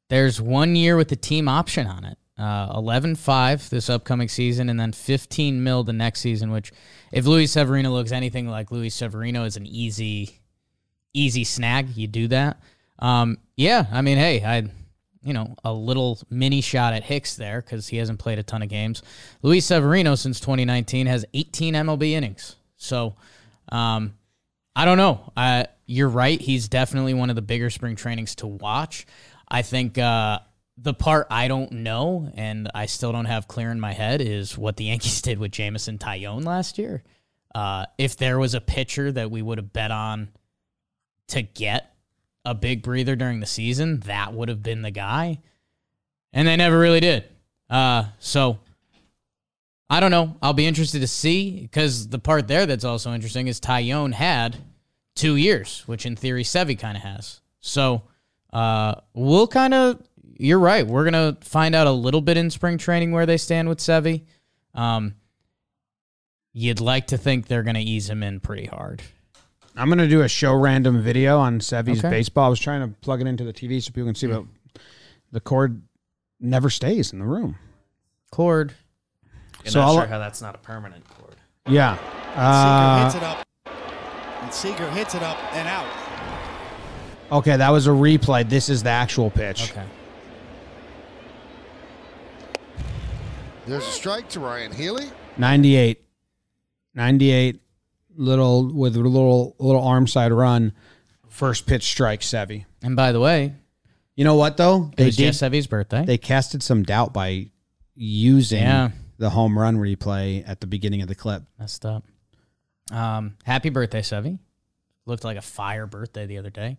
there's one year with the team option on it. Uh, 11 5 this upcoming season, and then 15 mil the next season, which, if Luis Severino looks anything like Luis Severino, is an easy, easy snag. You do that. Um, yeah, I mean, hey, I, you know, a little mini shot at Hicks there because he hasn't played a ton of games. Luis Severino, since 2019, has 18 MLB innings. So, um, I don't know. Uh, you're right. He's definitely one of the bigger spring trainings to watch. I think uh, the part I don't know and I still don't have clear in my head is what the <laughs> Yankees did with Jamison Tyone last year. Uh, if there was a pitcher that we would have bet on to get a big breather during the season, that would have been the guy. And they never really did. Uh, so I don't know. I'll be interested to see because the part there that's also interesting is Tyone had two years, which in theory Sevi kind of has. So uh, we'll kind of, you're right. We're going to find out a little bit in spring training where they stand with Sevi. Um, you'd like to think they're going to ease him in pretty hard. I'm going to do a show random video on Sevy's Okay. baseball. I was trying to plug it into the TV so people can see, but the cord never stays in the room. Cord. You're So not I'll- sure how that's not a permanent chord. Yeah. Seager Uh, hits it up. And Seager hits it up and out. okay, that was a replay. This is the actual pitch. Okay. There's a strike to Ryan Healy. 98 98 little with a little little arm side run first pitch strike Sevy. And by the way, You know what though? it was just Sevi's birthday. they casted some doubt by using Yeah. the home run replay at the beginning of the clip. Messed up. Um, happy birthday, Sevy. Looked like a fire birthday the other day.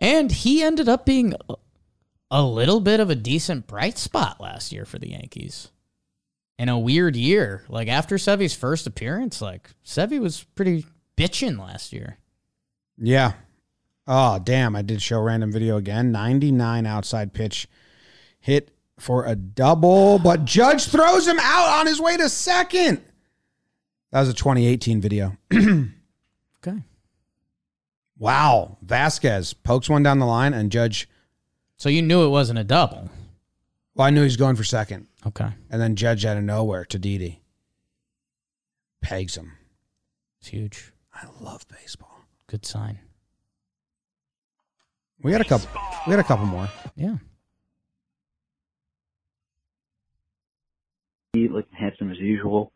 And he ended up being a- a little bit of a decent bright spot last year for the Yankees. In a weird year. Like after Sevy's first appearance, like Sevy was pretty bitching last year. Yeah. Oh, damn. I did show random video again. 99 outside pitch hit for a double, but Judge throws him out on his way to second. That was a 2018 video. <clears throat> Okay. Wow. Vasquez pokes one down the line, and Judge, So you knew it wasn't a double. well, I knew he was going for second. Okay. And then Judge out of nowhere to Didi pegs him. It's huge. I love baseball. Good sign. We got a couple. We got a couple more. Yeah. He looked handsome as usual.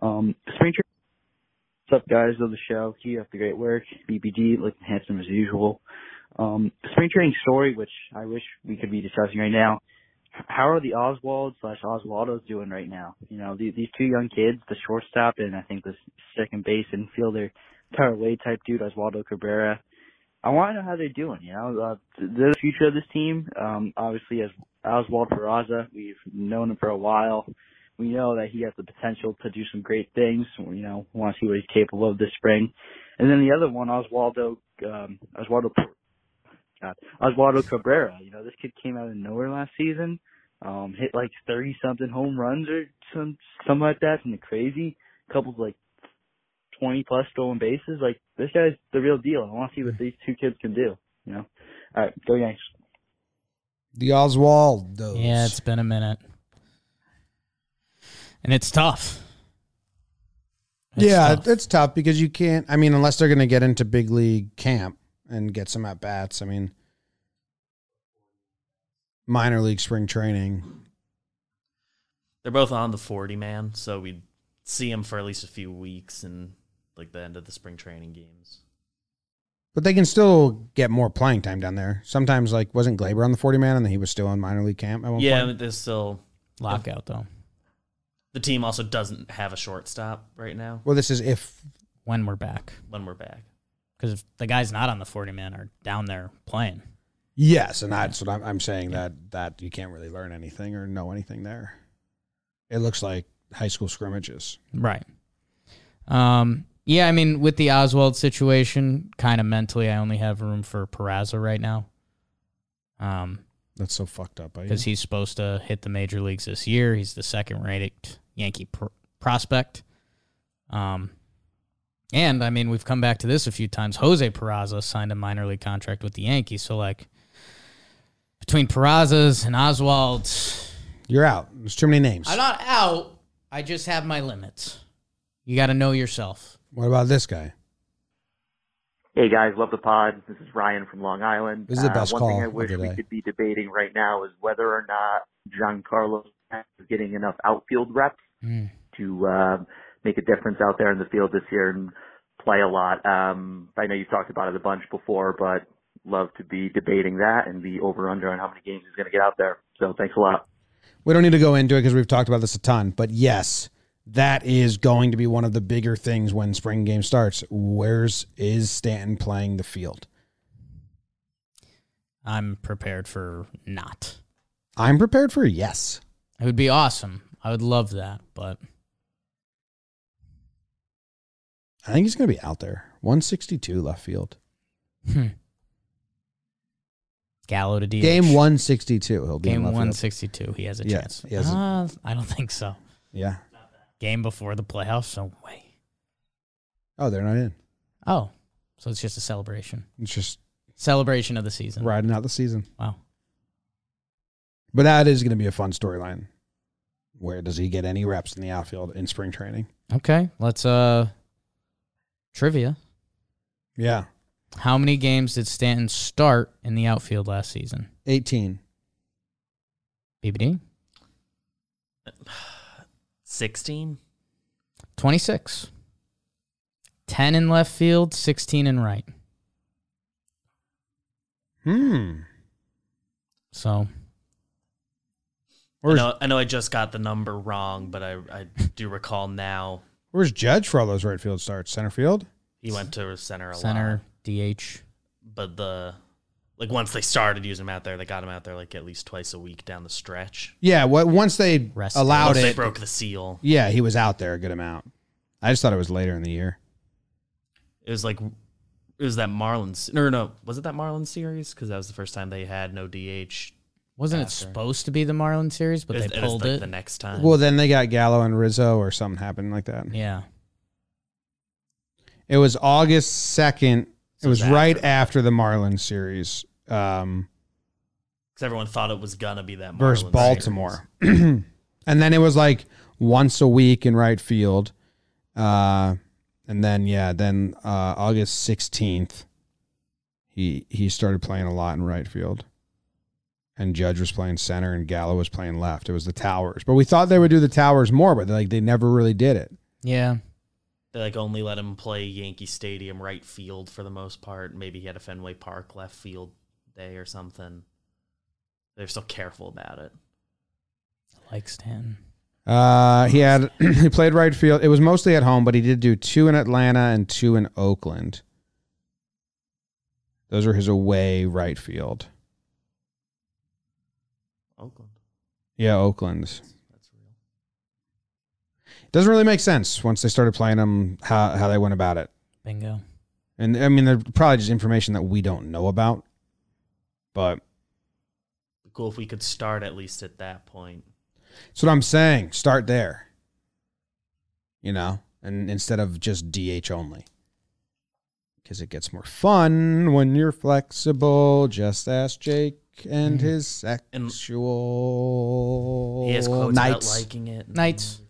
Um, spring training. What's up, guys of the show? Keep up the great work. BBD looked handsome as usual. Um, spring training story, which I wish we could be discussing right now. H- How are the Oswald slash Oswaldos doing right now? You know, these, these two young kids, the shortstop and I think the s- second base infielder, Tyler Wade type dude, Oswaldo Cabrera. I want to know how they're doing. You know, uh, they're the future of this team. Um, obviously, as Oswald Peraza, we've known him for a while. We know that he has the potential to do some great things. You know, want to see what he's capable of this spring. And then the other one, Oswaldo, um, Oswaldo, God, Oswaldo Cabrera. You know, this kid came out of nowhere last season. Um, hit like thirty something home runs or some something like that, something crazy. Couple of, like 20 plus stolen bases. Like this guy's the real deal. I want to see what these two kids can do. You know. All right, go Yanks. The Oswaldos. Yeah, it's been a minute, and it's tough. It's yeah, tough. it's tough because you can't. I mean, unless they're going to get into big league camp and get some at bats. I mean, minor league spring training. They're both on the 40 man, so we'd see them for at least a few weeks and like the end of the spring training games. But they can still get more playing time down there. Sometimes, like, wasn't Glaber on the 40 man and then he was still in minor league camp at one yeah, point? but there's still lockout though. the team also doesn't have a shortstop right now Well, this is if. When we're back, when we're back. because if the guys not on the forty man are down there playing, Yes, and that's what I'm, I'm saying that that you can't really learn anything or know anything there. It looks like high school scrimmages. right? Um, yeah, I mean, with the Oswald situation, kind of mentally, I only have room for Peraza right now. Um, That's so fucked up. I because he's supposed to hit the major leagues this year. He's the second rated Yankee pr- prospect. Um, and I mean, we've come back to this a few times. Jose Peraza signed a minor league contract with the Yankees, so like between Peraza's and Oswald's, you're out. There's too many names. I'm not out. I just have my limits. You got to know yourself. What about this guy? Hey guys, love the pod. This is Ryan from Long Island. Uh, This is the best one call thing I of wish the we day. could be debating right now is whether or not Giancarlo is getting enough outfield reps Mm. to uh, make a difference out there in the field this year and play a lot. Um, I know you've talked about it a bunch before, but love to be debating that and the over under on how many games he's going to get out there. So thanks a lot. We don't need to go into it because we've talked about this a ton. But yes, that is going to be one of the bigger things when spring game starts. Where's is Stanton playing the field? I'm prepared for not. I'm prepared for a yes. It would be awesome. I would love that, but I think he's going to be out there. 162 left field. hmm. Gallo to DH. Game 162. He'll be Game in left field. 162. He has a Yeah, chance. he has a- Uh, I don't think so. Yeah. Game before the playoffs? No way. Oh, they're not in. Oh, so it's just a celebration. It's just Celebration of the season. riding out the season. Wow. But that is going to be a fun storyline. Where does he get any reps in the outfield in spring training? Okay. Let's, uh, trivia. Yeah. How many games did Stanton start in the outfield last season? 18. BBD? 16? 26. 10 in left field, 16 in right. Hmm. So, I Where's, know, I know I just got the number wrong, but I, I do recall now where's Judge for all those right field starts? Center field? he went to center a lot. center, DH. But the like once they started using him out there, they got him out there like at least twice a week down the stretch. Yeah. What once they Rest- allowed Once they it, broke the seal. yeah, he was out there a good amount. I just thought it was later in the year. It was like it was that Marlins no no was it that Marlins series because that was the first time they had no DH. Wasn't it After. supposed to be the Marlins series, but It was- they it was pulled like it? the next time. Well, then they got Gallo and Rizzo or something happened like that. yeah. It was August 2nd. It So was it's after right the- after the Marlins series um, because everyone thought it was gonna be that Marlins versus series. Baltimore. <clears throat> and then it was like once a week in right field. Uh, and then, yeah, then uh, August 16th, he, he started playing a lot in right field. And Judge was playing center and Gallo was playing left. It was the Towers. But we thought they would do the Towers more, but like they never really did it. Yeah. They like only let him play Yankee Stadium right field for the most part. Maybe he had a Fenway Park left field day or something. They're so careful about it. Like Stanton. Uh, he had <clears throat> he played right field. It was mostly at home, but he did do two in Atlanta and two in Oakland. Those are his away right field. Oakland. Yeah, Oakland's. It doesn't really make sense once they started playing them how, how they went about it. Bingo. And I mean, they're probably just information that we don't know about. But Cool if we could start at least at that point. that's what I'm saying. Start there. You know, and instead of just DH only. Because it gets more fun when you're flexible. Just ask Jake and his sexual Mm. He has quotes nights. about liking it. and Knights.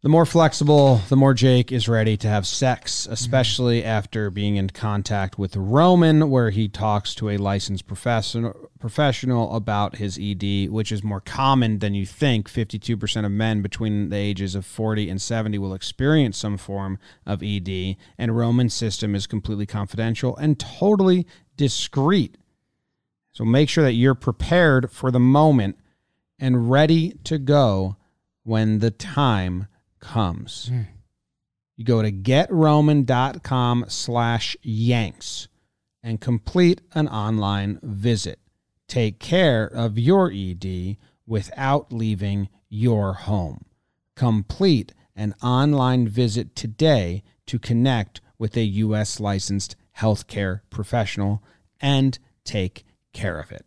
The more flexible, the more Jake is ready to have sex, especially after being in contact with Roman, where he talks to a licensed professional professional about his ED, which is more common than you think. Fifty-two percent of men between the ages of forty and seventy will experience some form of ED, and Roman's system is completely confidential and totally discreet. So make sure that you're prepared for the moment and ready to go when the time comes. You go to getroman.com slash yanks and complete an online visit. Take care of your ED without leaving your home. Complete an online visit today to connect with a U.S. licensed healthcare professional and take care of it.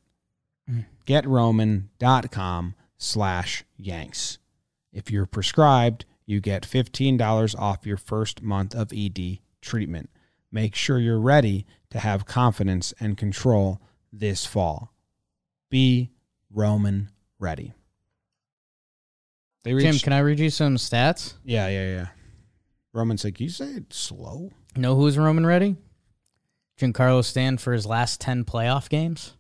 GetRoman.com slash Yanks. If you're prescribed, you get $15 off your first month of ED treatment. Make sure you're ready to have confidence and control this fall. Be Roman ready. They Jim, can I read you some stats? Yeah, yeah, yeah. Roman's like, you say it's slow? Know who's Roman ready? Giancarlo Stanton for his last 10 playoff games.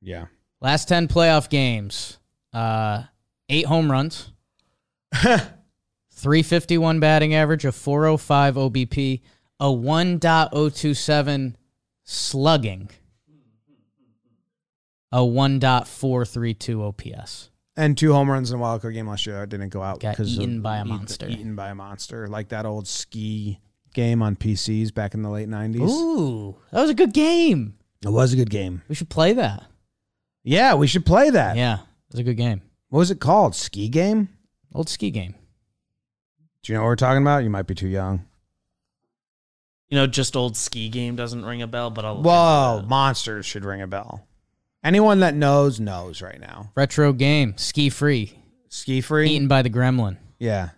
Yeah. Last 10 playoff games, uh, eight home runs, <laughs> 351 batting average, a 405 OBP, a 1.027 slugging, a 1.432 OPS. And two home runs in a wild card game last year that didn't go out Got because eaten of by a monster. Eaten by a monster, like that old ski game on PCs back in the late nineties. Ooh, that was a good game. It was a good game. We should play that. Yeah, we should play that. Yeah, it was a good game. What was it called? Ski game? Old ski game. Do you know what we're talking about? You might be too young. You know, just old ski game doesn't ring a bell, but I'll. Whoa, monsters should ring a bell. Anyone that knows knows right now. Retro game, ski free, Ski free. eaten by the gremlin. Yeah,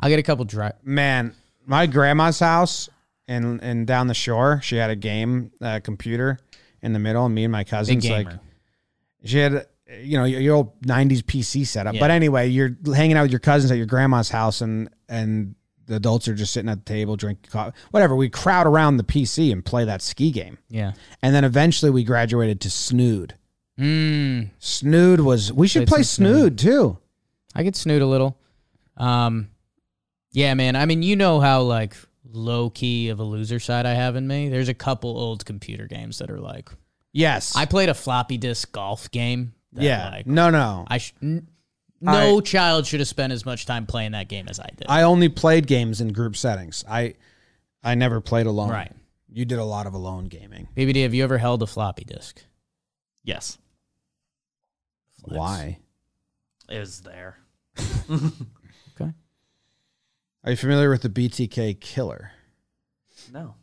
I'll get a couple dry. man. My grandma's house and and down the shore, she had a game uh, computer in the middle, and me and my Big cousins like gamer. She had, you know, your, your old '90s PC setup. Yeah. But anyway, you're hanging out with your cousins at your grandma's house, and and the adults are just sitting at the table drinking coffee, whatever. We crowd around the PC and play that ski game, yeah. and then eventually we graduated to Snood. Mm, Snood was we should Played play some Snood too. I could snoot a little. Um, yeah, man. I mean, you know how like low key of a loser side I have in me. There's a couple old computer games that are like Yes, I played a floppy disk golf game. that, yeah, like, no, no. I, I sh- n- no child should have spent as much time playing that game as I did. only played games in group settings. I I never played alone. Right. You did a lot of alone gaming. BBD, have you ever held a floppy disk? Yes, Why? it was there. Okay. Are you familiar with the BTK killer? No,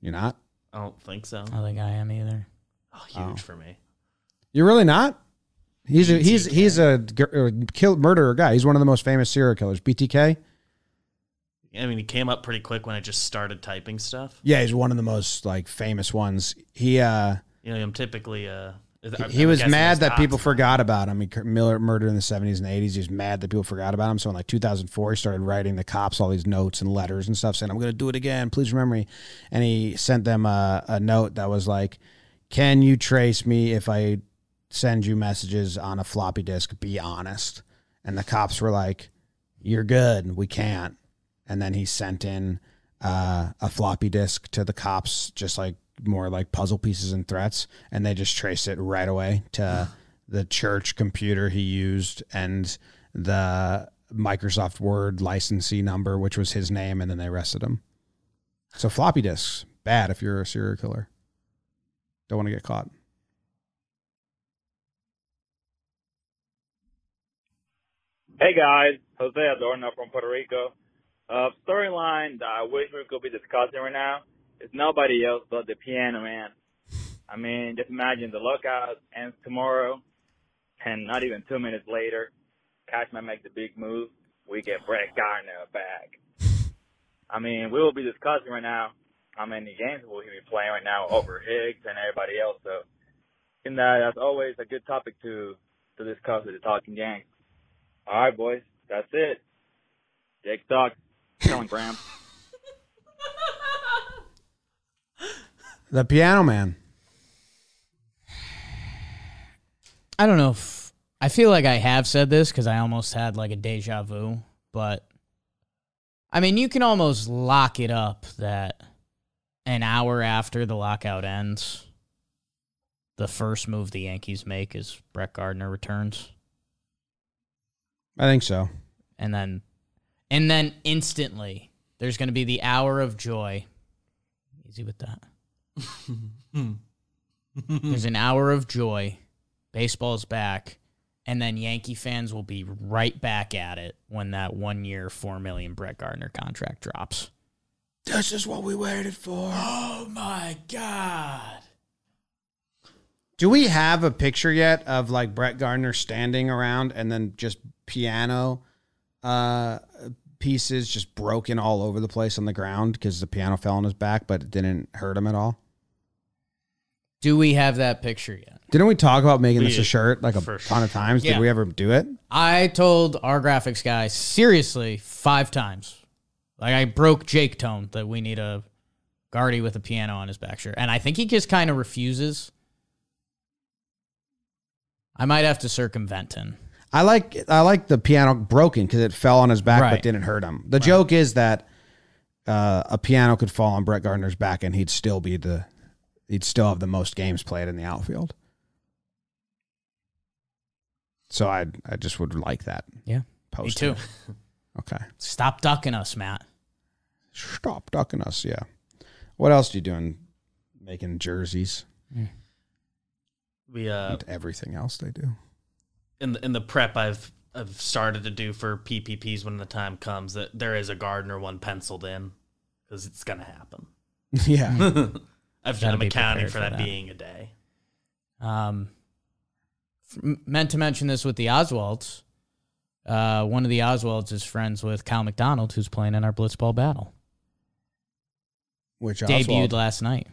You're not. I don't think so. I don't think I am either. Oh, huge Oh. for me. You're really not. He's a, he's BTK. he's a gr- uh, kill, murderer guy. He's one of the most famous serial killers. BTK. I mean, it came up pretty quick when I just started typing stuff. Yeah, he's one of the most like famous ones. He uh You know, I'm typically uh. he, I'm he was guessing mad it's that people Dotson. forgot about him. He cur- Miller murdered in the 70s and 80s. He was mad that people forgot about him. So in like 2004, he started writing the cops all these notes and letters and stuff saying, "I'm going to do it again. Please remember me." And he sent them a, a note that was like, "Can you trace me if I send you messages on a floppy disk? Be honest." And the cops were like, "You're good. We can't." And then he sent in uh, a floppy disk to the cops, just like more like puzzle pieces and threats, and they just traced it right away to the church computer he used and the Microsoft Word licensee number, which was his name, and then they arrested him. So floppy disks, bad if you're a serial killer. Don't want to get caught. Hey guys, Jose Adorno from Puerto Rico. Uh, storyline that I wish we could be discussing right now is nobody else but the Piano Man. I mean, just imagine the lookout ends tomorrow, and not even two minutes later, Cashman makes the big move. We get Brett Gardner back. I mean, we will be discussing right now how many games will he be playing right now over Higgs and everybody else. So, in that, that's always a good topic to to discuss with the Talking Yanks. All right, boys, that's it. Jake Talk, Telegram. The piano man. I don't know if I feel like I have said this because I almost had like a deja vu, but I mean, you can almost lock it up that an hour after the lockout ends, the first move the Yankees make is Brett Gardner returns, I think so. and then, and then instantly there's going to be the hour of joy. Easy with that. There's an hour of joy. Baseball's back. And then Yankee fans will be right back at it when that one year, $4 million Brett Gardner contract drops. This is what we waited for. Oh my God. Do we have a picture yet of like Brett Gardner standing around and then just piano uh, pieces just broken all over the place on the ground because the piano fell on his back, but it didn't hurt him at all? Do we have that picture yet? Didn't we talk about making this a We- shirt like a for ton of times? Yeah. Did we ever do it? I told our graphics guy seriously five times. Like I broke Jake tone that we need a Guardy with a piano on his back shirt. And I think he just kind of refuses. I might have to circumvent him. I like I like the piano broken because it fell on his back but Right. didn't hurt him. The joke is that uh, a piano could fall on Brett Gardner's back and he'd still be the he'd still have the most games played in the outfield. So I I just would like that. Yeah. Post Me too. Okay. Stop ducking us, Matt. Stop ducking us. Yeah. What else are you doing? Making jerseys We uh, Oh. and everything else they do. <laughs> in the, in the prep I've I've started to do for PPPs when the time comes that there is a Gardner one penciled in because it's <laughs> gonna happen. Mm-hmm. Yeah. I've Gotta I'm be accounting prepared for for that, that. being a day. Um, f- meant to mention this with the Oswalds. Uh, one of the Oswalds is friends with Cal McDonald, who's playing in our Blitzball battle. Which Debuted last night.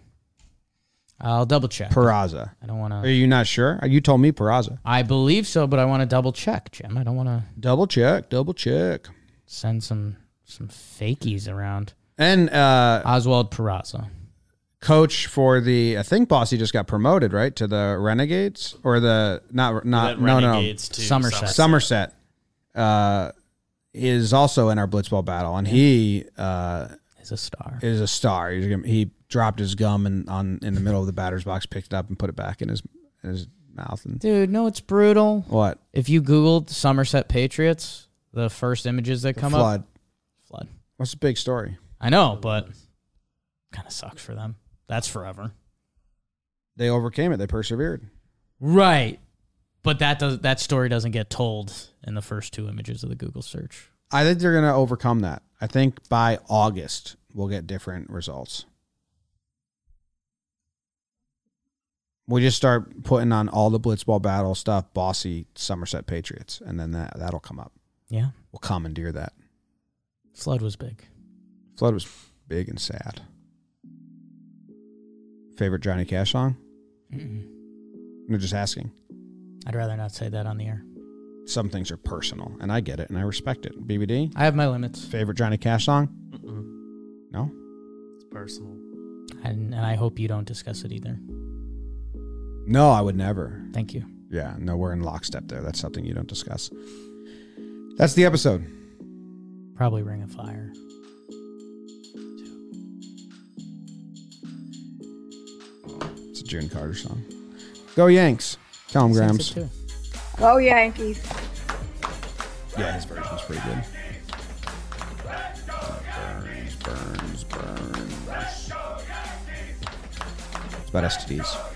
I'll double check. Peraza. I don't want Are to. you not sure? You told me Peraza. I believe so, but I want to double check, Jim. I don't want to Double check. Double check. send some some fakies around. And uh, Oswald Peraza. coach for the I think Bossy just got promoted, right? To the Renegades or the not not That no no Renegades to Somerset. Somerset uh, is also in our blitzball battle, and he uh, Is a star. is a star. He's gonna, he dropped his gum and on in the middle of the batter's box, picked it up and put it back in his in his mouth. And Dude, no, it's brutal. what If you Googled Somerset Patriots, the first images that come flood? up, flood. What's the big story? I know, but kind of sucks for them. That's forever. They overcame it. They persevered. Right. But that does that story doesn't get told in the first two images of the Google search. I think they're gonna overcome that. I think by August we'll get different results. We just start putting on all the blitzball battle stuff, bossy Somerset Patriots, and then that that'll come up. Yeah. We'll commandeer that. Flood was big. Flood was big and sad. Favorite Johnny Cash song? Mm-mm. I'm just asking. I'd rather not say that on the air. Some things are personal, and I get it, and I respect it. BBD, I have my limits, favorite Johnny Cash song? Mm-mm, No. Mm-hmm. it's personal. and, and I hope you don't discuss it either. No, I would never. Thank you. Yeah, no, we're in lockstep there. That's something you don't discuss. That's the episode. Probably Ring of Fire. It's a June Carter song. Go Yanks. Tell 'em, Grams. Sensitive too. Go Yankees. Yeah, his version's pretty good. Burns, burns, burns. It's about STDs.